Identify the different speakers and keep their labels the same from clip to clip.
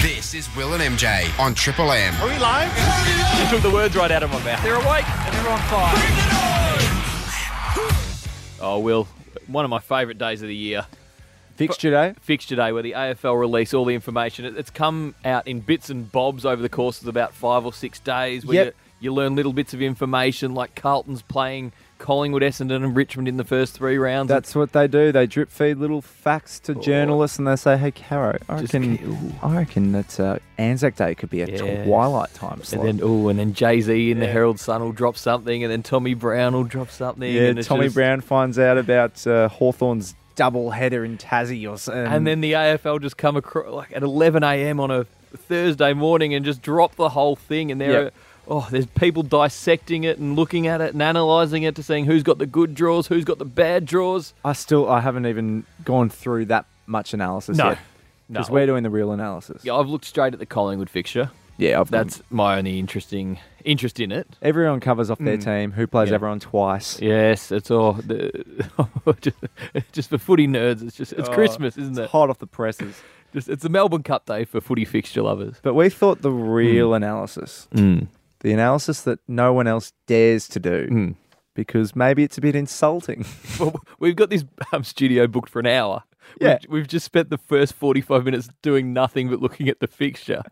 Speaker 1: This is Will and MJ on Triple M.
Speaker 2: Are we live? You took the words right out of my mouth.
Speaker 3: They're awake and they're on fire.
Speaker 2: Oh, Will, one of my favourite days of the year.
Speaker 4: Fixture day.
Speaker 2: Fixture Day, where the AFL release all the information. It- It's come out in bits and bobs over the course of about five or six days, where
Speaker 4: Yep.
Speaker 2: you, you learn little bits of information, like Carlton's playing Collingwood, Essendon, and Richmond in the first three rounds.
Speaker 4: That's what they do. They drip feed little facts to journalists, and they say, "Hey, Caro, I
Speaker 2: Oh. Just ki- ooh.
Speaker 4: reckon, I reckon that uh, Anzac Day could be a
Speaker 2: Yeah.
Speaker 4: twilight time
Speaker 2: and
Speaker 4: slot."
Speaker 2: then oh, and then Jay Z in the
Speaker 4: Yeah.
Speaker 2: Herald Sun will drop something, and then Tommy Brown will drop something.
Speaker 4: yeah,
Speaker 2: and it's
Speaker 4: Tommy
Speaker 2: just-
Speaker 4: Brown finds out about uh, Hawthorne's double header in Tassie, or something.
Speaker 2: And then the AFL just come across like at 11 a.m. on a Thursday morning and just drop the whole thing. And there, are,
Speaker 4: Yep.
Speaker 2: oh, there's people dissecting it and looking at it and analysing it to seeing who's got the good draws, who's got the bad draws.
Speaker 4: I still, I haven't even gone through that much analysis
Speaker 2: No.
Speaker 4: yet.
Speaker 2: No,
Speaker 4: Because we're doing the real analysis.
Speaker 2: yeah, I've looked straight at the Collingwood fixture.
Speaker 4: Yeah, I've
Speaker 2: That's my only interesting interest in it.
Speaker 4: everyone covers off their team. Who plays
Speaker 2: Mm. Yeah.
Speaker 4: everyone twice?
Speaker 2: Yes, it's all the, just, just for footy nerds. It's just it's
Speaker 4: Oh,
Speaker 2: Christmas, isn't it?
Speaker 4: It's hot off the presses.
Speaker 2: Just, it's a Melbourne Cup day for footy fixture lovers.
Speaker 4: But we thought the real
Speaker 2: Mm.
Speaker 4: analysis, the analysis that no one else dares to do, because maybe it's a bit insulting.
Speaker 2: Well, we've got this um, studio booked for an hour.
Speaker 4: Yeah.
Speaker 2: We've, we've just spent the first 45 minutes doing nothing but looking at the fixture.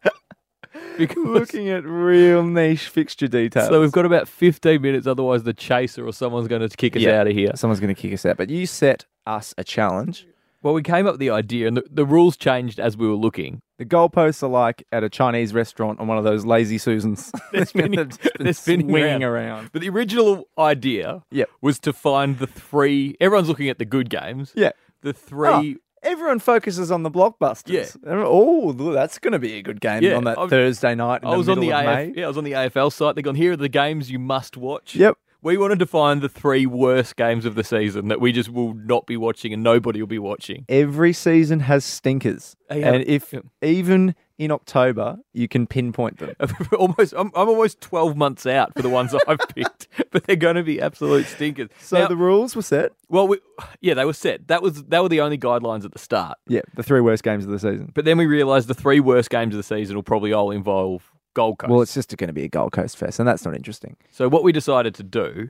Speaker 2: because,
Speaker 4: Looking at real niche fixture details.
Speaker 2: so we've got about 15 minutes, otherwise, the chaser or someone's going to kick us
Speaker 4: Yeah.
Speaker 2: out of here.
Speaker 4: Someone's going to kick us out. But you set us a challenge.
Speaker 2: Well, we came up with the idea, and the, the rules changed as we were looking.
Speaker 4: The goalposts are like at a Chinese restaurant on one of those lazy Susans. They're
Speaker 2: spinning- they're spinning around.
Speaker 4: swinging around.
Speaker 2: But the original idea
Speaker 4: Yep.
Speaker 2: was to find the three. Everyone's looking at the good games.
Speaker 4: Yeah. Ah,
Speaker 2: The three.
Speaker 4: Everyone focuses on the blockbusters. Yeah. Oh, that's going to be a good game
Speaker 2: Yeah,
Speaker 4: on that
Speaker 2: I-
Speaker 4: Thursday night. In
Speaker 2: I was on the
Speaker 4: middle of
Speaker 2: AF,
Speaker 4: May.
Speaker 2: yeah, I was on the AFL site. They're gone. Here are the games you must watch.
Speaker 4: Yep.
Speaker 2: We wanted to find the three worst games of the season that we just will not be watching and nobody will be watching.
Speaker 4: Every season has stinkers,
Speaker 2: Uh, yeah.
Speaker 4: and if
Speaker 2: Yeah.
Speaker 4: even in October you can pinpoint them.
Speaker 2: almost, I'm, I'm almost 12 months out for the ones that I've picked, but they're going to be absolute stinkers.
Speaker 4: So
Speaker 2: Now-
Speaker 4: the rules were set.
Speaker 2: well, we, yeah, they were set. That was that were the only guidelines at the start.
Speaker 4: Yeah, the three worst games of the season.
Speaker 2: But then we realised the three worst games of the season will probably all involve Gold Coast.
Speaker 4: Well, it's just going to be a Gold Coast fest, and that's not interesting.
Speaker 2: so what we decided to do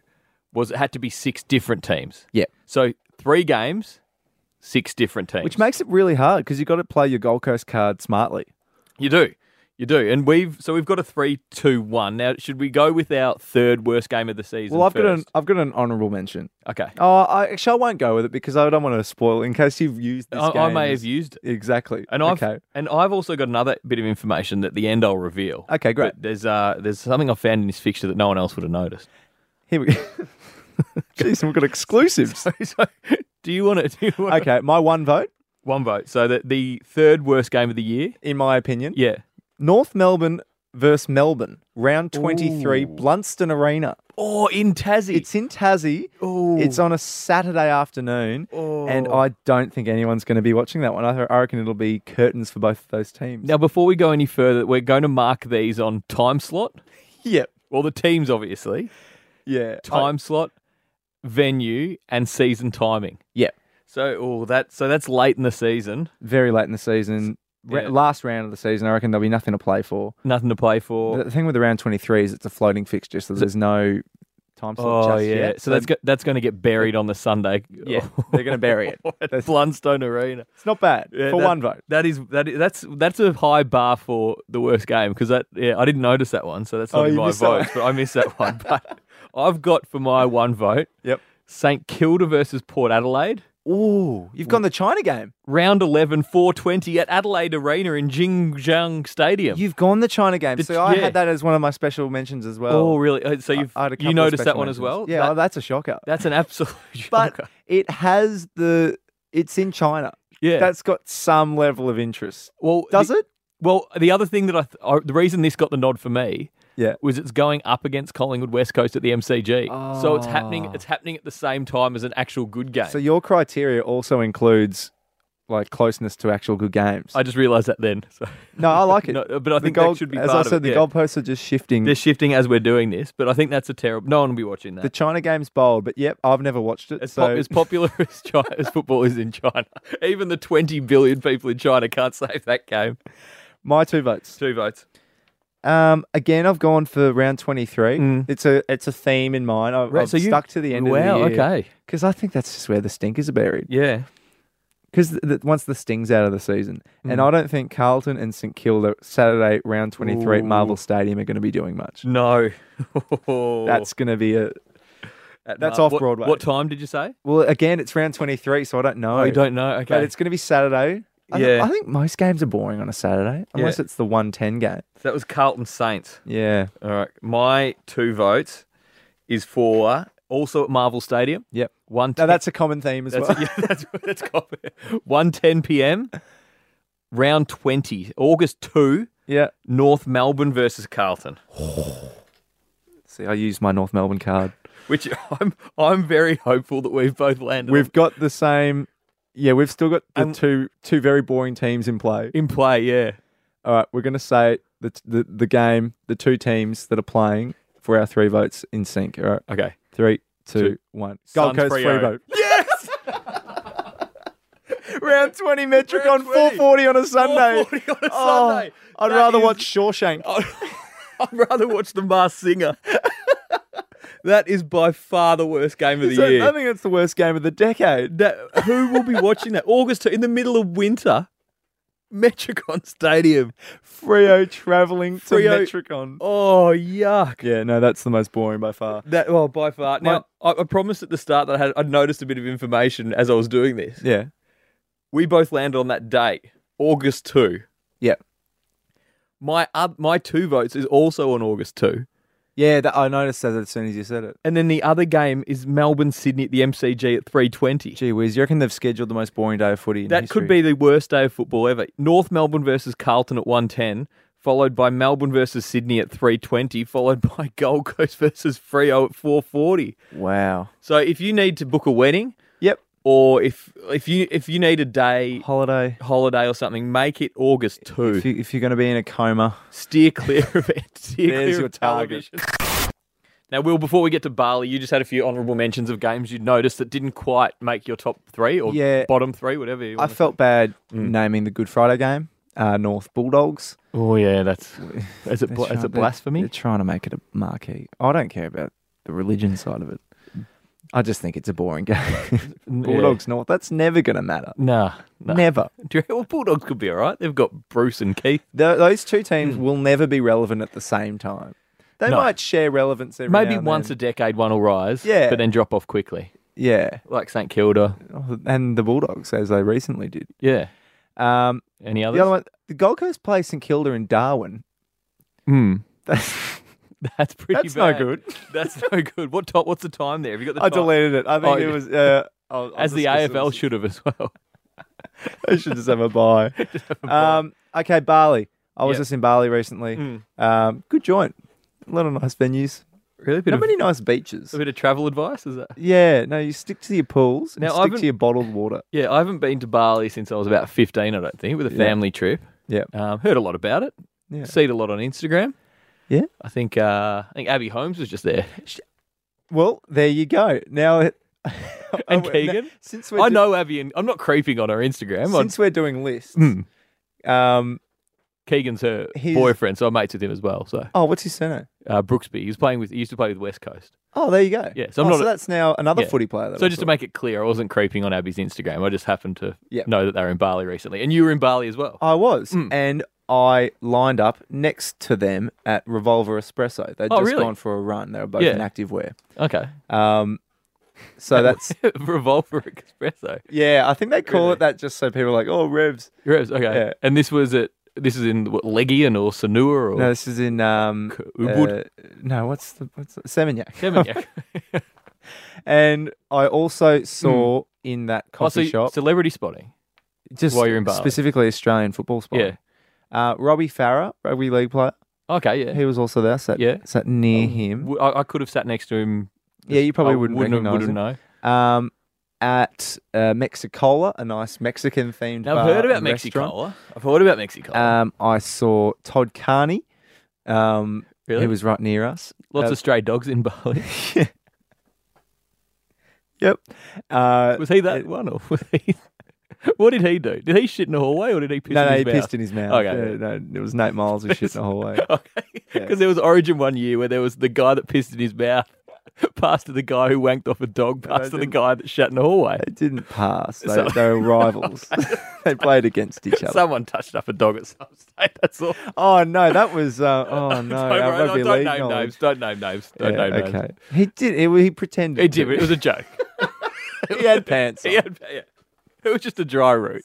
Speaker 2: was it had to be six different teams.
Speaker 4: Yeah,
Speaker 2: So three games, six different teams.
Speaker 4: which makes it really hard because you got to play your Gold Coast card smartly.
Speaker 2: You do. You do. And we've so we've got a three, two, one. Now should we go with our third worst game of the season?
Speaker 4: Well, I've got an
Speaker 2: first?
Speaker 4: I've got an honourable mention.
Speaker 2: Okay.
Speaker 4: Oh, I, actually, I won't go with it because I don't want to spoil in case you've used this
Speaker 2: I,
Speaker 4: game.
Speaker 2: I may
Speaker 4: as-
Speaker 2: have used it.
Speaker 4: exactly.
Speaker 2: And I've
Speaker 4: okay.
Speaker 2: and I've also got another bit of information that at the end I'll reveal.
Speaker 4: Okay, great.
Speaker 2: But there's uh there's something I found in this fixture that no one else would have noticed.
Speaker 4: Here we go. Jeez, we've got exclusives.
Speaker 2: so do you want to do you want
Speaker 4: okay, my one vote,
Speaker 2: one vote? So that the third worst game of the year.
Speaker 4: in my opinion,
Speaker 2: Yeah.
Speaker 4: North Melbourne versus Melbourne, round 23, Blunston Arena.
Speaker 2: Oh, in Tassie.
Speaker 4: It's in Tassie.
Speaker 2: Ooh.
Speaker 4: It's on a Saturday afternoon, and
Speaker 2: Oh.
Speaker 4: I don't think anyone's going to be watching that one. I, I reckon it'll be curtains for both of those teams.
Speaker 2: now before we go any further, we're going to mark these on time slot.
Speaker 4: Yep.
Speaker 2: Well, the teams obviously.
Speaker 4: Yeah.
Speaker 2: time slot, venue, and season timing.
Speaker 4: yeah.
Speaker 2: So, oh, that so that's late in the season.
Speaker 4: Very late in the season. Ra-
Speaker 2: Yeah.
Speaker 4: Last round of the season, I reckon there'll be nothing to play for.
Speaker 2: Nothing to play for.
Speaker 4: The thing with the round 23 is it's a floating fixture, so there's no time slot
Speaker 2: Oh
Speaker 4: just
Speaker 2: yeah,
Speaker 4: yet.
Speaker 2: so that's go, that's going to get buried on the Sunday.
Speaker 4: Yeah, they're gonna bury it.
Speaker 2: at Blundstone Arena
Speaker 4: It's not bad
Speaker 2: Yeah,
Speaker 4: for
Speaker 2: that-
Speaker 4: one vote.
Speaker 2: That is that is, that's that's a high bar for the worst game because that yeah I didn't notice that one, so that's
Speaker 4: Oh,
Speaker 2: not in
Speaker 4: you
Speaker 2: my
Speaker 4: missed that one.
Speaker 2: votes, but I missed that one. But I've got for my one vote
Speaker 4: Yep.
Speaker 2: St Kilda versus Port Adelaide.
Speaker 4: Ooh, you've gone the China game.
Speaker 2: Round 11, 420 at Adelaide Arena in Jingjiang Stadium.
Speaker 4: You've gone the China game.
Speaker 2: The
Speaker 4: so
Speaker 2: ch-
Speaker 4: I
Speaker 2: yeah.
Speaker 4: had that as one of my special mentions as well.
Speaker 2: Oh, really? Uh, So
Speaker 4: I-
Speaker 2: you've
Speaker 4: I had a couple
Speaker 2: you
Speaker 4: of
Speaker 2: noticed
Speaker 4: special
Speaker 2: that one as
Speaker 4: mentions.
Speaker 2: well?
Speaker 4: Yeah,
Speaker 2: That-
Speaker 4: oh, that's a shocker.
Speaker 2: that's an absolute
Speaker 4: but
Speaker 2: shocker.
Speaker 4: it has the. It's in China.
Speaker 2: Yeah.
Speaker 4: That's got some level of interest.
Speaker 2: well,
Speaker 4: Does
Speaker 2: the,
Speaker 4: it?
Speaker 2: Well, the other thing that I, th- I the reason this got the nod for me
Speaker 4: Yeah.
Speaker 2: was it's going up against Collingwood West Coast at the MCG. So it's happening.
Speaker 4: Ah.
Speaker 2: It's happening at the same time as an actual good game.
Speaker 4: So your criteria also includes like closeness to actual good games.
Speaker 2: I just realised that then. So
Speaker 4: no, I like it.
Speaker 2: No, but I
Speaker 4: The
Speaker 2: think
Speaker 4: goal-
Speaker 2: that should be
Speaker 4: as
Speaker 2: part
Speaker 4: I said,
Speaker 2: of it.
Speaker 4: the
Speaker 2: yeah.
Speaker 4: goalposts are just shifting.
Speaker 2: They're shifting as we're doing this, but I think that's a terrible. No one will be watching that.
Speaker 4: the China game's bold, but yep, I've never watched it.
Speaker 2: As,
Speaker 4: so
Speaker 2: pop, as popular as, China, as football is in China, even the 20 billion people in China can't save that game.
Speaker 4: My two votes.
Speaker 5: Two votes.
Speaker 4: Um, again, I've gone for round 23. It's a it's a theme in mine. I've, I've
Speaker 2: Mm. you-
Speaker 4: stuck to the end
Speaker 2: wow,
Speaker 4: of the year.
Speaker 2: okay.
Speaker 4: Because I think that's just where the stinkers are buried.
Speaker 5: Yeah.
Speaker 4: Because th- th- once the sting's out of the season, and
Speaker 2: Mm.
Speaker 4: I don't think Carlton and St Kilda Saturday round 23 at Marvel Stadium are going to be doing much.
Speaker 5: No.
Speaker 4: That's going to be a. That's off
Speaker 2: oh. what,
Speaker 4: Broadway.
Speaker 2: What time did you say?
Speaker 4: Well, again, it's round 23, so I don't know.
Speaker 2: Oh, you don't know. Okay.
Speaker 4: But it's going to be Saturday. I th-
Speaker 5: Yeah.
Speaker 4: I think most games are boring on a Saturday, unless it's the 110 game.
Speaker 5: that was Carlton Saints.
Speaker 4: Yeah.
Speaker 5: All right. My two votes is for
Speaker 2: also at Marvel Stadium.
Speaker 4: Yep.
Speaker 2: One.
Speaker 4: Now, that's a common theme as well.
Speaker 2: yeah, that's that's One ten p.m. Round twenty, August two,
Speaker 4: yeah.
Speaker 2: North Melbourne.
Speaker 5: Melbourne versus Carlton,
Speaker 4: See, I used my North Melbourne card.
Speaker 2: Which I'm I'm very hopeful that we've both landed. on.
Speaker 4: We've got the same. Yeah, we've still got the
Speaker 2: Um,
Speaker 4: two two very boring teams in play.
Speaker 2: in play, yeah.
Speaker 4: All right, we're going to say the, the the game, the two teams that are playing for our three votes in sync. All right,
Speaker 2: Okay.
Speaker 4: three, two, one.
Speaker 5: Suns
Speaker 4: Gold Coast free
Speaker 5: Freo.
Speaker 4: vote. Yes. Round twenty metric on four forty on a Sunday.
Speaker 2: 4:40 on a
Speaker 4: Oh,
Speaker 2: Sunday.
Speaker 4: I'd
Speaker 2: That
Speaker 4: rather
Speaker 2: is-
Speaker 4: watch Shawshank.
Speaker 2: I'd rather watch the Masked Singer. that is by far the worst game of the
Speaker 4: So, I
Speaker 2: year.
Speaker 4: think it's the worst game of the decade.
Speaker 2: That- who will be watching that? August two- in the middle of winter, Metricon Stadium.
Speaker 4: Frio traveling to
Speaker 2: Freo-
Speaker 4: Metricon.
Speaker 2: Oh yuck!
Speaker 4: Yeah, no, that's the most boring by far.
Speaker 2: That well by far. Now I, I promised at the start that I had I noticed a bit of information as I was doing this.
Speaker 4: Yeah.
Speaker 2: We both landed on that date, August two.
Speaker 4: Yeah.
Speaker 2: My oth- my two votes is also on August two,
Speaker 4: Yeah, that, I noticed that as soon as you said it.
Speaker 2: and then the other game is Melbourne Sydney at the MCG at three twenty.
Speaker 4: Gee whiz, you reckon they've scheduled the most boring day of footy in
Speaker 2: That could be the worst day of football ever. North Melbourne versus Carlton at 110, followed by Melbourne versus Sydney at 320, followed by Gold Coast versus Frio at 440.
Speaker 4: be. Wow.
Speaker 2: So if you need to book a wedding
Speaker 4: Yep.
Speaker 2: or if if you if you need a day
Speaker 4: Holiday.
Speaker 2: holiday or something, make it August 2.
Speaker 4: If, you, if you're going to be in a coma.
Speaker 2: Steer clear of it. Steer
Speaker 4: There's
Speaker 2: clear
Speaker 4: your
Speaker 2: of
Speaker 4: target.
Speaker 2: television. Now, Will, before we get to Bali, you just had a few honourable mentions of games you'd noticed that didn't quite make your top three or
Speaker 4: Yeah.
Speaker 2: bottom three, whatever you
Speaker 4: I
Speaker 2: want.
Speaker 4: felt bad naming the Good Friday game uh, North Bulldogs.
Speaker 2: Oh, yeah, that's. Is it,
Speaker 4: They're
Speaker 2: bla- is
Speaker 4: trying-
Speaker 2: it
Speaker 4: they're-
Speaker 2: blasphemy?
Speaker 4: They're trying to make it a marquee. I don't care about the religion side of it. I just think it's a boring game. Bulldogs North. That's never going to matter.
Speaker 2: Nah. nah.
Speaker 4: Never.
Speaker 2: Do you reckon- well, Bulldogs could be all right. They've got Bruce and Keith.
Speaker 4: Th those two teams will never be relevant at the same time. They
Speaker 2: No.
Speaker 4: might share relevance every
Speaker 2: Maybe
Speaker 4: now and
Speaker 2: once
Speaker 4: then.
Speaker 2: a decade one will rise,
Speaker 4: Yeah.
Speaker 2: but then drop off quickly.
Speaker 4: yeah,
Speaker 2: Like St Kilda.
Speaker 4: Oh, and the Bulldogs as they recently did.
Speaker 2: Yeah.
Speaker 4: Um,
Speaker 2: Any
Speaker 4: The
Speaker 2: others?
Speaker 4: other one, the Gold Coast play St Kilda in Darwin.
Speaker 2: Hmm.
Speaker 4: That's,
Speaker 2: That's pretty
Speaker 4: That's no
Speaker 2: bad.
Speaker 4: good.
Speaker 2: That's no good. What top, What's the time there? Have you got the
Speaker 4: I
Speaker 2: time?
Speaker 4: deleted it. I think
Speaker 2: Oh,
Speaker 4: it
Speaker 2: yeah.
Speaker 4: was uh, I'll- I'll
Speaker 2: As the
Speaker 4: discuss it.
Speaker 2: AFL should have as well.
Speaker 4: I should just have a buy. um, okay, Bali. I was
Speaker 2: Yeah.
Speaker 4: just in Bali recently.
Speaker 2: Hmm.
Speaker 4: Um, good joint. A lot of nice venues.
Speaker 2: Really? A bit,
Speaker 4: Not
Speaker 2: of,
Speaker 4: many nice beaches.
Speaker 2: a bit of travel advice, is that?
Speaker 4: Yeah, no, you stick to your pools. and
Speaker 2: Now, I
Speaker 4: stick
Speaker 2: haven't-
Speaker 4: to your bottled water.
Speaker 2: Yeah, I haven't been to Bali since I was about 15, I don't think, with a family trip.
Speaker 4: Yeah.
Speaker 2: Um, heard a lot about it.
Speaker 4: Yeah.
Speaker 2: Seen a lot on Instagram.
Speaker 4: Yeah.
Speaker 2: I think uh, I think Abby Holmes was just there.
Speaker 4: Well, there you go. Now, it-
Speaker 2: And
Speaker 4: now-
Speaker 2: Keegan?
Speaker 4: Since we're
Speaker 2: I
Speaker 4: do-
Speaker 2: know Abby, and I'm not creeping on her Instagram. I'm-
Speaker 4: Since we're doing lists,
Speaker 2: Hmm.
Speaker 4: um,
Speaker 2: Keegan's her
Speaker 4: He's-
Speaker 2: boyfriend, so I'm mates with him as well. So
Speaker 4: oh, what's his surname?
Speaker 2: uh, Brooksby, he was playing with, he used to play with West Coast.
Speaker 4: Oh, there you go.
Speaker 2: Yeah, so I'm
Speaker 4: Oh,
Speaker 2: not a-
Speaker 4: that's now another
Speaker 2: Yeah.
Speaker 4: footy player. That
Speaker 2: So
Speaker 4: I
Speaker 2: just
Speaker 4: saw.
Speaker 2: to make it clear, I wasn't creeping on Abby's Instagram. I just happened to
Speaker 4: Yep.
Speaker 2: know that they were in Bali recently, and you were in Bali as well.
Speaker 4: I was,
Speaker 2: Mm.
Speaker 4: and I lined up next to them at Revolver Espresso. They'd
Speaker 2: Oh,
Speaker 4: just
Speaker 2: really?
Speaker 4: gone for a run. They were both
Speaker 2: Yeah.
Speaker 4: in active wear.
Speaker 2: Okay,
Speaker 4: Um, so that's
Speaker 2: Revolver Espresso.
Speaker 4: yeah. I think they call it that just so people are like, oh, Revs.
Speaker 2: Revs. Okay,
Speaker 4: Yeah.
Speaker 2: and this was at this is in what, Legion or Sanua or
Speaker 4: No, this is in um,
Speaker 2: K- Ubud?
Speaker 4: uh, no, what's the what's the, Seminyak?
Speaker 2: Seminyak. Hmm.
Speaker 4: and I also saw in that
Speaker 2: Oh,
Speaker 4: coffee
Speaker 2: so
Speaker 4: shop
Speaker 2: celebrity spotting.
Speaker 4: just
Speaker 2: while you're in Bali.
Speaker 4: specifically Australian football spot.
Speaker 2: Yeah.
Speaker 4: Uh, Robbie Farah, rugby league player.
Speaker 2: Okay, yeah.
Speaker 4: He was also there. Sat,
Speaker 2: Yeah.
Speaker 4: sat near him.
Speaker 2: W- I, I could have sat next to him.
Speaker 4: Yeah, you probably
Speaker 2: I
Speaker 4: wouldn't
Speaker 2: wouldn't, have-
Speaker 4: recognise
Speaker 2: wouldn't know.
Speaker 4: um, at uh, Mexicola, a nice Mexican themed.
Speaker 2: Now I've heard about Mexicola. I've heard about Mexicola.
Speaker 4: Um, I saw Todd Carney. Um,
Speaker 2: Really?
Speaker 4: He was right near us.
Speaker 2: Lots
Speaker 4: uh,
Speaker 2: of stray dogs in Bali.
Speaker 4: Yep. Uh,
Speaker 2: Was he that one or was he? What did he do? Did he shit in the hallway or did he piss
Speaker 4: no,
Speaker 2: in
Speaker 4: no,
Speaker 2: his
Speaker 4: he
Speaker 2: mouth?
Speaker 4: pissed in his mouth.
Speaker 2: Okay.
Speaker 4: Yeah, no, it was Nate Miles who shit in the hallway.
Speaker 2: Okay. Because there was Origin one year where there was the guy that pissed in his mouth, passed to the guy who wanked off a dog, passed to the
Speaker 4: didn't.
Speaker 2: guy that shat in the hallway.
Speaker 4: They didn't pass. They, they were rivals. they played against each other.
Speaker 2: Someone touched up a dog at some stage. That's all.
Speaker 4: oh no, that was. Uh, oh no,
Speaker 2: Don't,
Speaker 4: our
Speaker 2: worry,
Speaker 4: rugby
Speaker 2: don't
Speaker 4: league
Speaker 2: name
Speaker 4: knowledge.
Speaker 2: names. Don't name names. Don't
Speaker 4: Yeah,
Speaker 2: name names.
Speaker 4: okay. He did. He, he pretended.
Speaker 2: He did.
Speaker 4: to.
Speaker 2: It was a joke.
Speaker 4: he had pants.
Speaker 2: he
Speaker 4: on.
Speaker 2: had, yeah. It was just a dry route.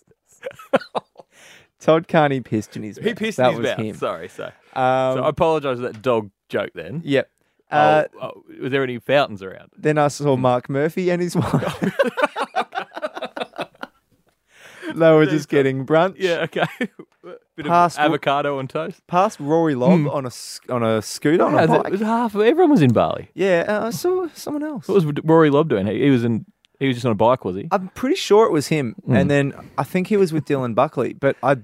Speaker 4: Todd Carney pissed in his.
Speaker 2: He
Speaker 4: mouth.
Speaker 2: pissed
Speaker 4: that
Speaker 2: in his
Speaker 4: was
Speaker 2: mouth.
Speaker 4: Him.
Speaker 2: Sorry, sorry.
Speaker 4: Um,
Speaker 2: So I apologise for that dog joke then.
Speaker 4: Yep.
Speaker 2: Oh,
Speaker 4: Uh,
Speaker 2: oh, was there any fountains around?
Speaker 4: Then I saw Mark Murphy and his wife. they were just getting brunch.
Speaker 2: Yeah, okay. Bit of
Speaker 4: Past-
Speaker 2: avocado on toast.
Speaker 4: Past Rory Lobb on a sc- on a scooter on
Speaker 2: Yeah,
Speaker 4: a
Speaker 2: it was-
Speaker 4: bike.
Speaker 2: it was half. Everyone was in Bali.
Speaker 4: Yeah, uh, I saw someone else.
Speaker 2: What was Rory Lobb doing? He, he was in. He was just on a bike, was he?
Speaker 4: I'm pretty sure it was him. And then I think he was with Dylan Buckley, but I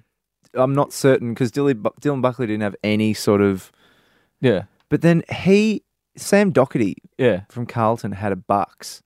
Speaker 4: I'm not certain because Dylan, Bu- Dylan Buckley didn't have any sort of.
Speaker 2: Yeah,
Speaker 4: But then he Sam Doherty
Speaker 2: yeah.
Speaker 4: from Carlton had a bucks,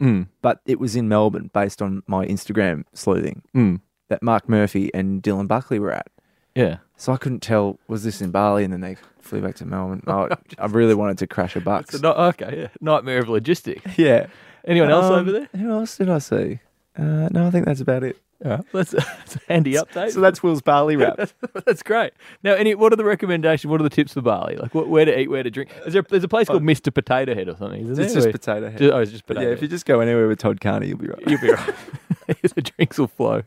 Speaker 2: Mm.
Speaker 4: but it was in Melbourne based on my Instagram sleuthing
Speaker 2: Mm.
Speaker 4: that Mark Murphy and Dylan Buckley were at.
Speaker 2: Yeah.
Speaker 4: So I couldn't tell was this in Bali, and then they flew back to Melbourne. Oh, I really wanted to crash a
Speaker 2: So
Speaker 4: bucks.
Speaker 2: not, okay. Yeah. Nightmare of logistics.
Speaker 4: yeah.
Speaker 2: Anyone else
Speaker 4: Um,
Speaker 2: over there?
Speaker 4: Who else did I see? Uh, no, I think that's about it.
Speaker 2: That's, that's a handy update.
Speaker 4: So that's Will's Bali wrap.
Speaker 2: That's great. Now, any what are the recommendations? What are the tips for Bali? Like what, where to eat, where to drink? Is there there's a place called Mister Potato Head or something? Isn't
Speaker 4: It's
Speaker 2: there?
Speaker 4: just
Speaker 2: Where-
Speaker 4: potato head.
Speaker 2: Ju- oh, it's just Oh.
Speaker 4: But
Speaker 2: potato.
Speaker 4: yeah,
Speaker 2: head.
Speaker 4: if you just go anywhere with Todd Carney, you'll be right.
Speaker 2: You'll be right. the drinks will flow.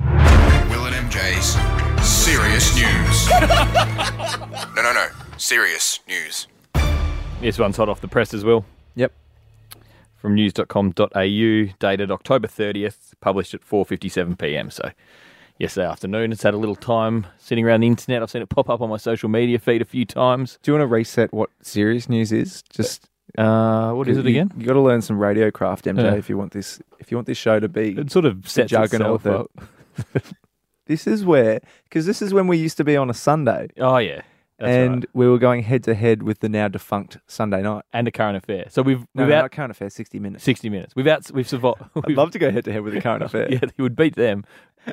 Speaker 1: Will and MJ's serious news. no, no, no. Serious news.
Speaker 2: This one's hot off the press as well.
Speaker 4: Yep.
Speaker 2: From news.com.au, dated October 30th, published at 4:57 p.m. So yesterday afternoon, it's had a little time sitting around the internet. I've seen it pop up on my social media feed a few times.
Speaker 4: Do you want to reset what serious news is? Just
Speaker 2: Uh, what is it
Speaker 4: you,
Speaker 2: again?
Speaker 4: You got to learn some radio craft, MJ,
Speaker 2: Yeah.
Speaker 4: if you want this. If you want this show to be
Speaker 2: It sort of
Speaker 4: the
Speaker 2: sets
Speaker 4: juggernaut
Speaker 2: itself
Speaker 4: that
Speaker 2: up.
Speaker 4: this is where, because this is when we used to be on a Sunday,
Speaker 2: Oh yeah, That's
Speaker 4: and
Speaker 2: right.
Speaker 4: we were going head to head with the now defunct Sunday night.
Speaker 2: and a current affair. So we've
Speaker 4: No,
Speaker 2: we've
Speaker 4: no,
Speaker 2: out
Speaker 4: not current affair, sixty minutes.
Speaker 2: sixty minutes. We've out we've survived.
Speaker 4: I'd love to go head to head with a current affair.
Speaker 2: yeah, we would beat them.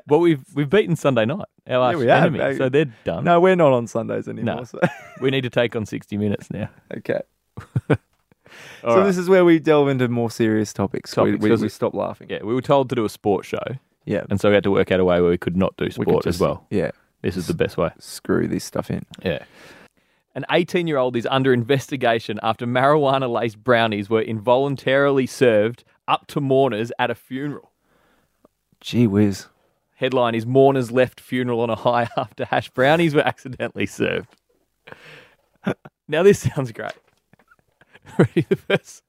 Speaker 2: Well, we've we've beaten Sunday night, our
Speaker 4: Yeah,
Speaker 2: arch
Speaker 4: we have.
Speaker 2: enemy. So they're done.
Speaker 4: No, we're not on Sundays anymore. So.
Speaker 2: We need to take on sixty minutes now.
Speaker 4: okay.
Speaker 2: All
Speaker 4: so
Speaker 2: right.
Speaker 4: this is where we delve into more serious topics. We-
Speaker 2: Topics,
Speaker 4: we,
Speaker 2: doesn't
Speaker 4: we
Speaker 2: it?
Speaker 4: stop laughing.
Speaker 2: Yeah, we were told to do a sports show,
Speaker 4: Yeah.
Speaker 2: and so we had to work out a way where we could not do
Speaker 4: We could
Speaker 2: sport as
Speaker 4: just-
Speaker 2: well.
Speaker 4: Yeah.
Speaker 2: This is the best way.
Speaker 4: Screw this stuff in.
Speaker 2: Yeah. An 18 year old is under investigation after marijuana laced brownies were involuntarily served up to mourners at a funeral.
Speaker 4: Gee whiz.
Speaker 2: Headline is Mourners left funeral on a high after hash brownies were accidentally served. now, this sounds great. Ready the first?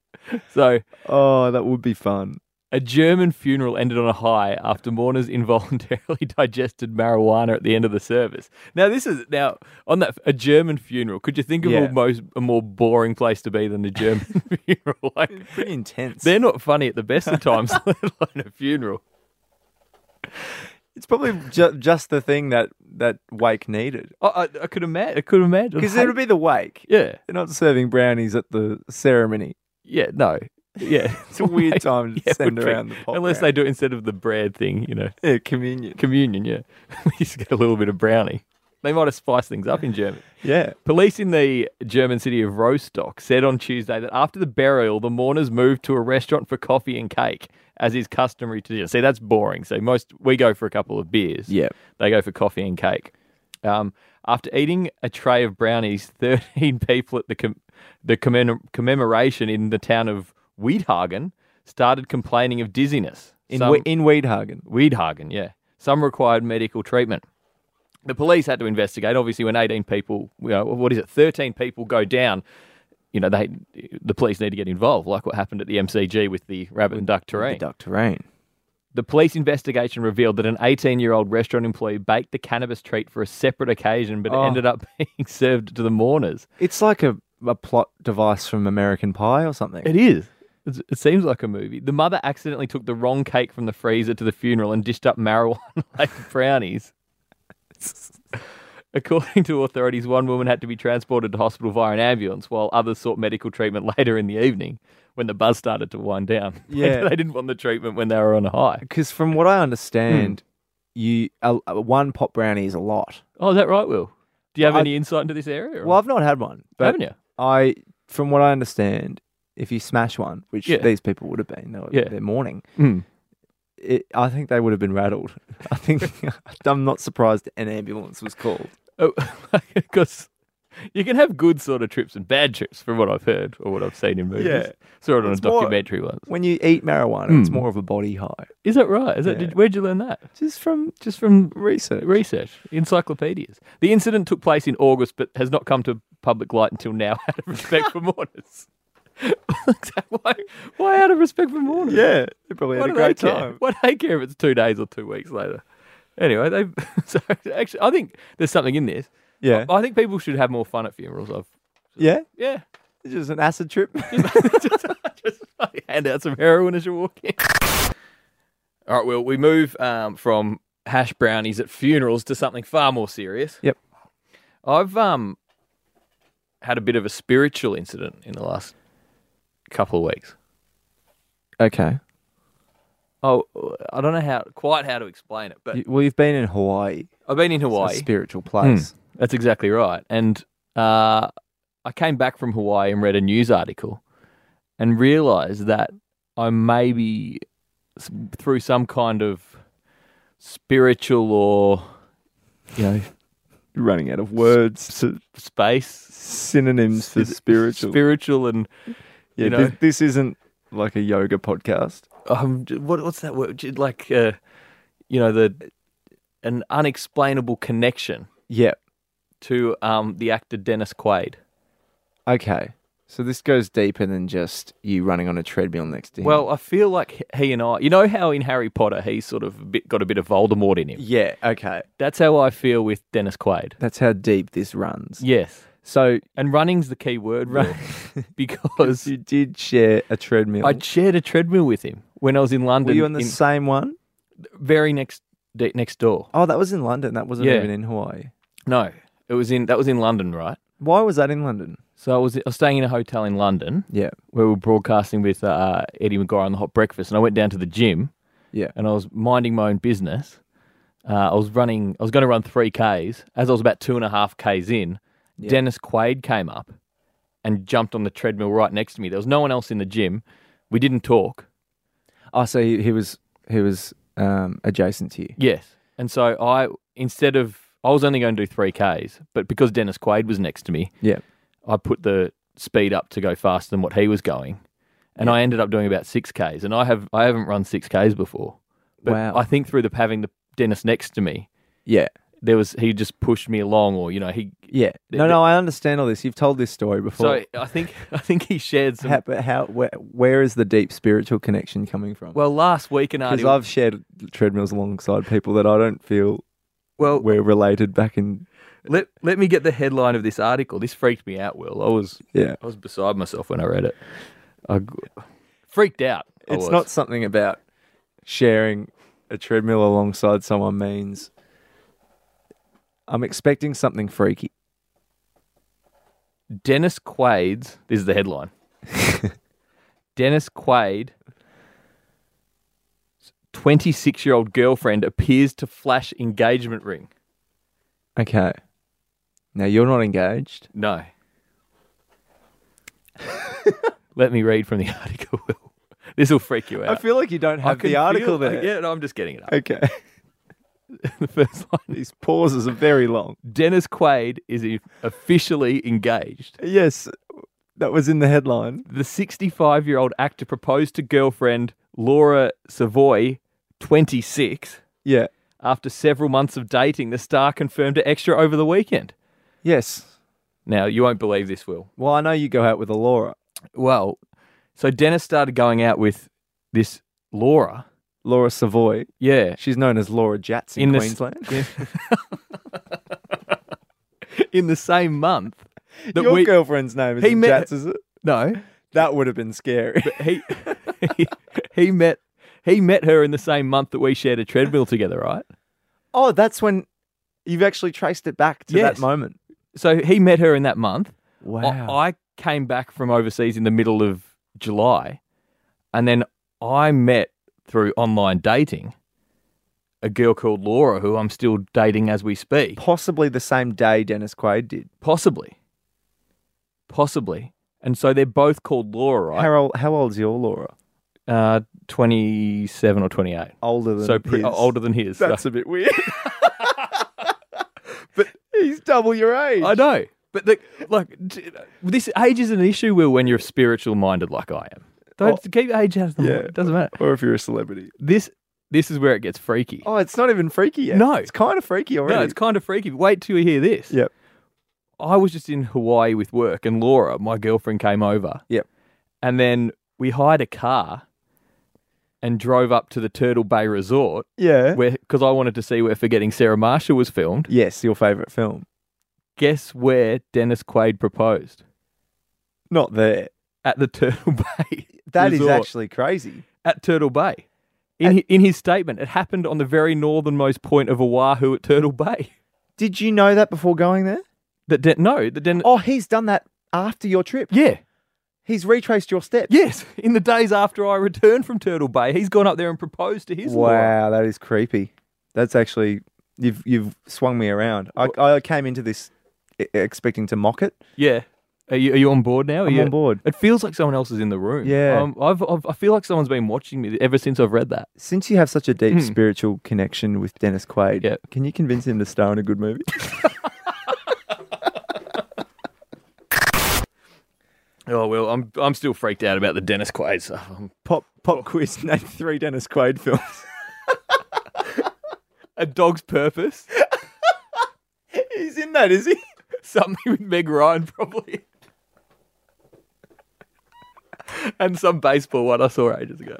Speaker 2: So,
Speaker 4: Oh, that would be fun.
Speaker 2: a German funeral ended on a high after mourners involuntarily digested marijuana at the end of the service. Now, this is now on that a German funeral. Could you think of
Speaker 4: Yeah.
Speaker 2: a most a more boring place to be than a German funeral? Like
Speaker 4: Pretty intense.
Speaker 2: they're not funny at the best of times, let alone a funeral.
Speaker 4: it's probably ju- just the thing that that wake needed.
Speaker 2: I, I, I could imagine. I could imagine
Speaker 4: Because it'll be the wake.
Speaker 2: yeah,
Speaker 4: They're not serving brownies at the ceremony.
Speaker 2: yeah, no, yeah.
Speaker 4: It's a weird time to
Speaker 2: Yeah, it
Speaker 4: send
Speaker 2: would be.
Speaker 4: around the pot.
Speaker 2: unless they do it instead of the bread thing, you know,
Speaker 4: they yeah, convenient.
Speaker 2: communion. Yeah, we used to get a little bit of brownie. They might have spiced things up in Germany.
Speaker 4: Yeah.
Speaker 2: Police in the German city of Rostock said on Tuesday that after the burial, the mourners moved to a restaurant for coffee and cake, as is customary to do. See, that's boring. So most we go for a couple of beers.
Speaker 4: Yeah.
Speaker 2: they go for coffee and cake. Um, after eating a tray of brownies, thirteen people at the com- the commem- commemoration in the town of Wiedhagen started complaining of dizziness.
Speaker 4: In,
Speaker 2: Some-
Speaker 4: we- in Weedhagen.
Speaker 2: Weedhagen, yeah. Some required medical treatment. The police had to investigate. Obviously, when 18 people, you know, what is it, 13 people go down, you know, they the police need to get involved, like what happened at the MCG with the rabbit and duck terrain.
Speaker 4: Duck terrain.
Speaker 2: The police investigation revealed that an 18 year old restaurant employee baked the cannabis treat for a separate occasion, but
Speaker 4: Oh.
Speaker 2: it ended up being served to the mourners.
Speaker 4: It's like a, a plot device from American Pie or something.
Speaker 2: It is. It's, it seems like a movie. The mother accidentally took the wrong cake from the freezer to the funeral and dished up marijuana like brownies. According to authorities, one woman had to be transported to hospital via an ambulance, while others sought medical treatment later in the evening. when the buzz started to wind down. They-
Speaker 4: Yeah.
Speaker 2: they didn't want the treatment when they were on a high.
Speaker 4: Because from what I understand, you uh, one pop brownie is a lot.
Speaker 2: Oh, is that right, Will? Do you have
Speaker 4: I-
Speaker 2: any insight into this area? or-
Speaker 4: Well, I've not had one, but
Speaker 2: haven't you?
Speaker 4: I, from what I understand, if you smash one, which
Speaker 2: Yeah.
Speaker 4: these people would have been, they were,
Speaker 2: Yeah.
Speaker 4: they're mourning.
Speaker 2: Mm.
Speaker 4: It, I think they would have been rattled. I think I'm not surprised an ambulance was called.
Speaker 2: Oh, because you can have good sort of trips and bad trips, from what I've heard or what I've seen in movies.
Speaker 5: Yeah.
Speaker 2: Saw it on
Speaker 4: It's
Speaker 2: a
Speaker 4: more-
Speaker 2: documentary once.
Speaker 4: When you eat marijuana, it's more of a body high.
Speaker 2: Is that right? Is that
Speaker 4: Yeah.
Speaker 2: did, where'd you learn that?
Speaker 4: Just from
Speaker 2: Just from
Speaker 4: research.
Speaker 2: research, encyclopedias. The incident took place in August, but has not come to public light until now, out of respect for mourners. why, why out of respect for mourners?
Speaker 4: yeah, they probably
Speaker 2: Why
Speaker 4: had
Speaker 2: do
Speaker 4: a
Speaker 2: they
Speaker 4: great
Speaker 2: care?
Speaker 4: time.
Speaker 2: Why do they care if it's two days or two weeks later? Anyway, they so actually, I think there's something in this.
Speaker 4: Yeah,
Speaker 2: I think people should have more fun at funerals. I've,
Speaker 4: yeah,
Speaker 2: yeah,
Speaker 4: just an acid trip.
Speaker 2: just like, hand out some heroin as you walk in. All right, well, we move um, from hash brownies at funerals to something far more serious.
Speaker 4: Yep.
Speaker 2: I've um had a bit of a spiritual incident in the last couple of weeks.
Speaker 4: okay.
Speaker 2: Oh, I don't know how quite how to explain it, but
Speaker 4: You- well, you've been in Hawaii,
Speaker 2: I've been in
Speaker 4: It's
Speaker 2: Hawaii.
Speaker 4: a spiritual place.
Speaker 2: That's exactly right. And uh, I came back from Hawaii and read a news article and realized that I maybe s- through some kind of spiritual or you know
Speaker 4: Hmm. You're running out of words to
Speaker 2: space
Speaker 4: synonyms for spiritual.
Speaker 2: spiritual and
Speaker 4: yeah,
Speaker 2: you know.
Speaker 4: this, this isn't like a yoga podcast.
Speaker 2: um, j- what what's that word J- like uh, you know the an unexplainable connection
Speaker 4: Yeah.
Speaker 2: to um, the actor Dennis Quaid.
Speaker 4: Okay. So this goes deeper than just you running on a treadmill next to him.
Speaker 2: Well, I feel like he and I, you know how in Harry Potter he's sort of a bit, got a bit of Voldemort in him.
Speaker 4: yeah. Okay.
Speaker 2: That's how I feel with Dennis Quaid.
Speaker 4: That's how deep this runs.
Speaker 2: Yes.
Speaker 4: So
Speaker 2: And running's the key word, right? because
Speaker 4: you did share a treadmill.
Speaker 2: I shared a treadmill with him when I was in London.
Speaker 4: Were you on the
Speaker 2: in-
Speaker 4: same one?
Speaker 2: very next de- next door?
Speaker 4: Oh, that was in London. That wasn't
Speaker 2: Yeah.
Speaker 4: even in Hawaii.
Speaker 2: No, it was in that was in London, right?
Speaker 4: Why was that in London?
Speaker 2: So I was I was staying in a hotel in London
Speaker 4: Yeah.
Speaker 2: where we were broadcasting with uh, Eddie McGuire on the Hot Breakfast, and I went down to the gym.
Speaker 4: Yeah.
Speaker 2: and I was minding my own business. Uh, I was running. I was going to run three k's. As I was about two and a half k's in, Dennis Quaid came up and jumped on the treadmill right next to me. There was no one else in the gym. We didn't talk.
Speaker 4: Oh, so he, he was he was um, adjacent to you.
Speaker 2: Yes, and so I instead of I was only going to do three k's, but because Dennis Quaid was next to me,
Speaker 4: Yeah.
Speaker 2: I put the speed up to go faster than what he was going, and I ended up doing about six k's. And I have I haven't run six k's before, but
Speaker 4: Wow.
Speaker 2: I think through the having the Dennis next to me,
Speaker 4: Yeah.
Speaker 2: there was he just pushed me along or you know he
Speaker 4: Yeah. No,
Speaker 2: the-
Speaker 4: no, I understand all this. You've told this story before.
Speaker 2: so i think i think he shared some
Speaker 4: how, but how where, where is the deep spiritual connection coming from?
Speaker 2: well last week and
Speaker 4: because I've shared treadmills alongside people that I don't feel
Speaker 2: well
Speaker 4: we're related back in.
Speaker 2: let let me get the headline of this article this freaked me out will i was
Speaker 4: Yeah,
Speaker 2: i was beside myself when i read it i g- freaked out I
Speaker 4: it's
Speaker 2: was.
Speaker 4: not something about sharing a treadmill alongside someone means. I'm expecting something freaky.
Speaker 2: dennis quaid's this is the headline dennis quaid 26 year old girlfriend appears to flash engagement ring
Speaker 4: Okay. Now you're not engaged.
Speaker 2: No. Let me read from the article. Will. This will freak you out.
Speaker 4: Uh, feel like you don't
Speaker 2: I can feel- Yeah, no, I'm just getting it up.
Speaker 4: Okay.
Speaker 2: The first line.
Speaker 4: These pauses are very long.
Speaker 2: Dennis Quaid is i- officially engaged.
Speaker 4: Yes, that was in the headline.
Speaker 2: The 65 year old actor proposed to girlfriend Laura Savoy, 26.
Speaker 4: Yeah.
Speaker 2: After several months of dating, the star confirmed to Extra over the weekend.
Speaker 4: Yes.
Speaker 2: Now, you won't believe this, Will.
Speaker 4: Well, I know you go out with Laura.
Speaker 2: Well, so Dennis started going out with this Laura.
Speaker 4: Laura Savoy.
Speaker 2: Yeah.
Speaker 4: She's known as Laura Jats in,
Speaker 2: In the s-
Speaker 4: Queensland.
Speaker 2: in the same month that
Speaker 4: Your
Speaker 2: we
Speaker 4: girlfriend's name is
Speaker 2: He met-
Speaker 4: Jats, is it?
Speaker 2: no
Speaker 4: That would have been scary.
Speaker 2: he, he he met he met her in the same month that we shared a treadmill together, right?
Speaker 4: oh, that's when you've actually traced it back to
Speaker 2: Yes.
Speaker 4: that moment.
Speaker 2: So he met her in that month. I-
Speaker 4: Wow.
Speaker 2: I, came back from overseas in the middle of July, and then I met through online dating a girl called Laura, who I'm still dating as we speak.
Speaker 4: Possibly the same day Dennis Quaid did.
Speaker 2: Possibly. Possibly. And so they're both called Laura, right?
Speaker 4: How old, how old's your Laura?
Speaker 2: Uh, 27 or 28.
Speaker 4: uh, Older than
Speaker 2: So pre-
Speaker 4: his.
Speaker 2: older than his.
Speaker 4: That's
Speaker 2: so.
Speaker 4: a bit weird. but he's double your age.
Speaker 2: I know. But the, like, d- this age is an issue where when you're spiritual minded like I am. Don't keep age out of the
Speaker 4: Oh. yeah.
Speaker 2: mind. It doesn't matter.
Speaker 4: Or if you're a celebrity.
Speaker 2: This this is where it gets freaky.
Speaker 4: Oh, it's not even freaky yet.
Speaker 2: No.
Speaker 4: it's kind of freaky already.
Speaker 2: no, it's kind of freaky. Wait till you hear this.
Speaker 4: Yep.
Speaker 2: I was just in Hawaii with work, and Laura, my girlfriend, came over.
Speaker 4: Yep.
Speaker 2: And then we hired a car and drove up to the Turtle Bay Resort
Speaker 4: Yeah.
Speaker 2: where because I wanted to see where Forgetting Sarah Marshall was filmed.
Speaker 4: yes, your favorite film.
Speaker 2: Guess where Dennis Quaid proposed?
Speaker 4: Not there.
Speaker 2: At the Turtle Bay.
Speaker 4: That is
Speaker 2: Resort.
Speaker 4: actually crazy.
Speaker 2: at Turtle Bay. In, hi- in his statement, it happened on the very northernmost point of Oahu at Turtle Bay.
Speaker 4: Did you know that before going there?
Speaker 2: That Den- no, the Den-
Speaker 4: Oh, he's done that after your trip.
Speaker 2: yeah,
Speaker 4: He's retraced your steps.
Speaker 2: yes. In the days after I returned from Turtle Bay, he's gone up there and proposed to his Laura.
Speaker 4: Wow, that is creepy. That's actually you've you've swung me around. I, I came into this e- expecting to mock it.
Speaker 2: Yeah, are you, are you on board now? Are
Speaker 4: I'm
Speaker 2: you-
Speaker 4: on board.
Speaker 2: It feels like someone else is in the room.
Speaker 4: Yeah.
Speaker 2: um, I've, I've, I feel like someone's been watching me ever since I've read that.
Speaker 4: Since you have such a deep spiritual connection with Dennis Quaid,
Speaker 2: Hmm. Yeah.
Speaker 4: can you convince him to star in a good movie?
Speaker 2: Oh well, I'm I'm still freaked out about the Dennis Quaid stuff. I'm
Speaker 4: pop
Speaker 2: Oh.
Speaker 4: pop quiz. Name three Dennis Quaid films.
Speaker 2: a dog's purpose.
Speaker 4: He's in that, is he?
Speaker 2: something with Meg Ryan probably. and some baseball one I saw ages ago.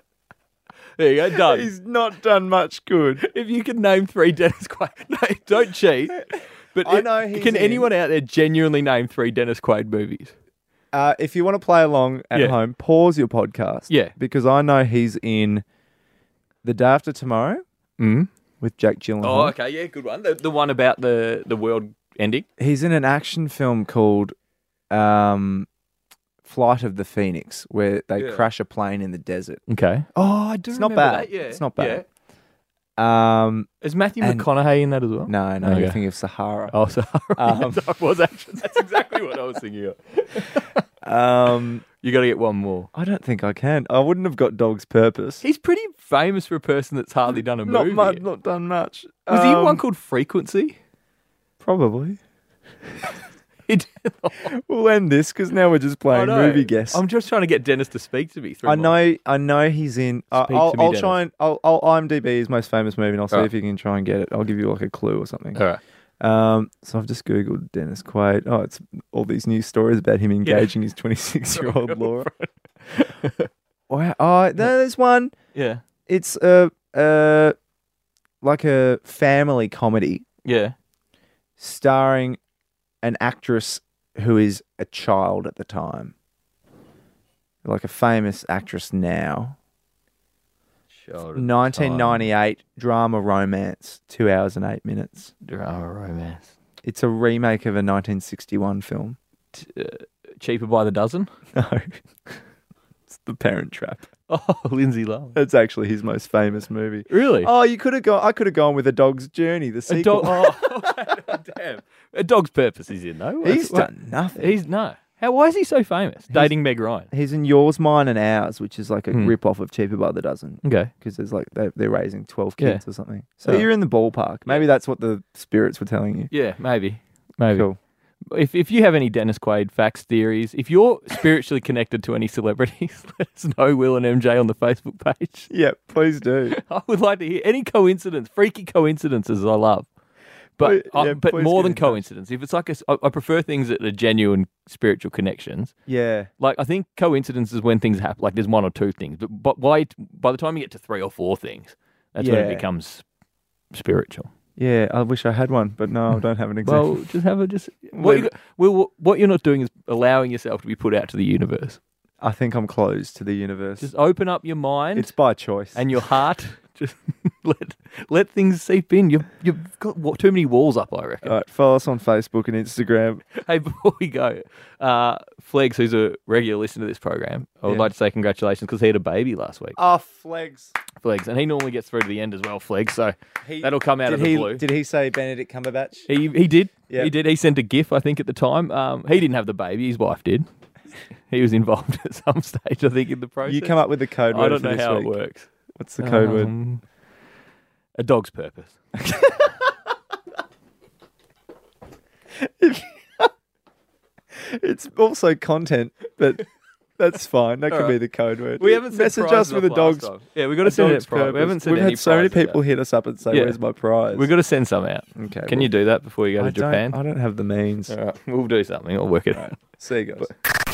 Speaker 2: There you go, done.
Speaker 4: He's not done much good.
Speaker 2: if you can name three Dennis Quaid, no, don't cheat. But
Speaker 4: I
Speaker 2: if-
Speaker 4: know he's
Speaker 2: can
Speaker 4: in.
Speaker 2: anyone out there genuinely name three Dennis Quaid movies?
Speaker 4: Uh, if you want to play along at
Speaker 2: Yeah.
Speaker 4: home, pause your podcast.
Speaker 2: Yeah.
Speaker 4: because I know he's in the day after tomorrow
Speaker 2: Mm.
Speaker 4: with Jack Gyllenhaal.
Speaker 2: Oh, okay, yeah, good one. The, the one about the the world ending.
Speaker 4: he's in an action film called um, Flight of the Phoenix, where they
Speaker 2: Yeah.
Speaker 4: crash a plane in the desert.
Speaker 2: Okay. Oh, I do.
Speaker 4: It's not
Speaker 2: remember
Speaker 4: bad.
Speaker 2: That, yeah,
Speaker 4: It's not
Speaker 2: Yeah.
Speaker 4: bad. Um,
Speaker 2: Is Matthew
Speaker 4: And-
Speaker 2: McConaughey in that as well?
Speaker 4: no, no,
Speaker 2: Okay.
Speaker 4: you're thinking of Sahara.
Speaker 2: Oh, sorry.
Speaker 4: Um,
Speaker 2: Yes, I was actually. That's exactly what I was thinking of.
Speaker 4: Um,
Speaker 2: You got to get one more.
Speaker 4: I don't think I can. I wouldn't have got Dog's Purpose.
Speaker 2: He's pretty famous for a person that's hardly done a
Speaker 4: not
Speaker 2: movie.
Speaker 4: much, not done much.
Speaker 2: Was he in one
Speaker 4: Um,
Speaker 2: called Frequency?
Speaker 4: Probably.
Speaker 2: He did-
Speaker 4: We'll end this because now we're just
Speaker 2: I
Speaker 4: playing
Speaker 2: know.
Speaker 4: movie guess.
Speaker 2: I'm just trying to get Dennis to speak to me. Through
Speaker 4: I
Speaker 2: my-
Speaker 4: know, I know he's in. I
Speaker 2: Speak
Speaker 4: I'll,
Speaker 2: to me,
Speaker 4: I'll
Speaker 2: Dennis.
Speaker 4: try and I'll, I'll IMDb his most famous movie, and I'll see
Speaker 2: Alright.
Speaker 4: if you can try and get it. I'll give you like a clue or something.
Speaker 2: All right.
Speaker 4: Um, so I've just googled Dennis Quaid. Oh, it's all these news stories about him engaging his 26 year old Laura. wow. Oh, no, there's one.
Speaker 2: Yeah.
Speaker 4: It's a, a like a family comedy
Speaker 2: Yeah.
Speaker 4: starring an actress who is a child at the time, like a famous actress now. 1998 drama romance, two hours and eight minutes.
Speaker 2: Drama romance.
Speaker 4: It's a remake of a 1961 film.
Speaker 2: Cheaper by the dozen.
Speaker 4: No. it's The Parent Trap.
Speaker 2: Oh, Lindsay Lohan.
Speaker 4: That's actually his most famous movie.
Speaker 2: Really?
Speaker 4: Oh, you could have gone. I could have gone with A Dog's Journey, the
Speaker 2: a
Speaker 4: sequel.
Speaker 2: dog. Oh, damn. A dog's purpose is in though.
Speaker 4: he's
Speaker 2: That's-
Speaker 4: done nothing.
Speaker 2: He's no. How? Why is he so famous? Dating Meg Ryan.
Speaker 4: He's in Yours, Mine, and Ours, which is like a
Speaker 2: Hmm.
Speaker 4: rip off of Cheaper by the Dozen.
Speaker 2: Okay.
Speaker 4: Because there's like they, they're raising twelve
Speaker 2: Yeah.
Speaker 4: kids or something. So
Speaker 2: Yeah.
Speaker 4: you're in the ballpark. Maybe that's what the spirits were telling you.
Speaker 2: Yeah. Maybe. Maybe.
Speaker 4: Cool.
Speaker 2: If, if you have any Dennis Quaid facts, theories, if you're spiritually connected to any celebrities, let us know, Will and MJ, on the Facebook page.
Speaker 4: Yeah, please do.
Speaker 2: I would like to hear any coincidence, freaky coincidences I love. But,
Speaker 4: Please- yeah,
Speaker 2: uh, but
Speaker 4: please
Speaker 2: more
Speaker 4: get
Speaker 2: than
Speaker 4: in touch.
Speaker 2: coincidence, if it's like a s I I prefer things that are genuine spiritual connections.
Speaker 4: yeah.
Speaker 2: Like I think coincidence is when things happen. Like there's one or two things, but but why? By the time you get to three or four things, that's when
Speaker 4: Yeah.
Speaker 2: it becomes spiritual.
Speaker 4: Yeah, I wish I had one, but no, I don't have an example.
Speaker 2: Well, just have a just what you,
Speaker 4: Leave
Speaker 2: got- well, what you're not doing is allowing yourself to be put out to the universe.
Speaker 4: I think I'm closed to the universe.
Speaker 2: Just open up your mind
Speaker 4: It's by choice.
Speaker 2: and your heart Just let let things seep in. You've you've got wa- too many walls up, I reckon.
Speaker 4: All right, follow us on Facebook and Instagram.
Speaker 2: Hey, before we go, uh, Flegs, who's a regular listener to this program, I would
Speaker 4: Yeah.
Speaker 2: like to say congratulations because he had a baby last week,
Speaker 4: Oh, flags.
Speaker 2: Flegs, and he normally gets through to the end as well, Flegs. So that'll come out of the
Speaker 4: he,
Speaker 2: blue.
Speaker 4: Did he say Benedict Cumberbatch?
Speaker 2: He he did.
Speaker 4: Yeah.
Speaker 2: He did. He sent a GIF, I think, at the time. Um, he didn't have the baby. His wife did. He was involved at some stage, I think, in the process.
Speaker 4: You come up with the code word.
Speaker 2: I don't
Speaker 4: for
Speaker 2: know
Speaker 4: this
Speaker 2: how
Speaker 4: week.
Speaker 2: it works.
Speaker 4: What's the code word?
Speaker 2: Um, A dog's purpose.
Speaker 4: It's also content, but that's fine. That could be
Speaker 2: right.
Speaker 4: the code word.
Speaker 2: We haven't sent
Speaker 4: message us
Speaker 2: prizes
Speaker 4: with
Speaker 2: off
Speaker 4: a
Speaker 2: last
Speaker 4: dog's.
Speaker 2: time. Yeah, we got to send
Speaker 4: dog's
Speaker 2: it. Pri- we
Speaker 4: purpose.
Speaker 2: haven't sent
Speaker 4: We've
Speaker 2: any
Speaker 4: had so many
Speaker 2: prizes out.
Speaker 4: people hit us up and say,
Speaker 2: Yeah.
Speaker 4: "Where's my prize?"
Speaker 2: We've got to send some out.
Speaker 4: Okay,
Speaker 2: Can
Speaker 4: well,
Speaker 2: you do that before you go to
Speaker 4: I
Speaker 2: Japan?
Speaker 4: Don't, I don't have the means.
Speaker 2: All right, we'll do something. I'll work it out.
Speaker 4: See you guys.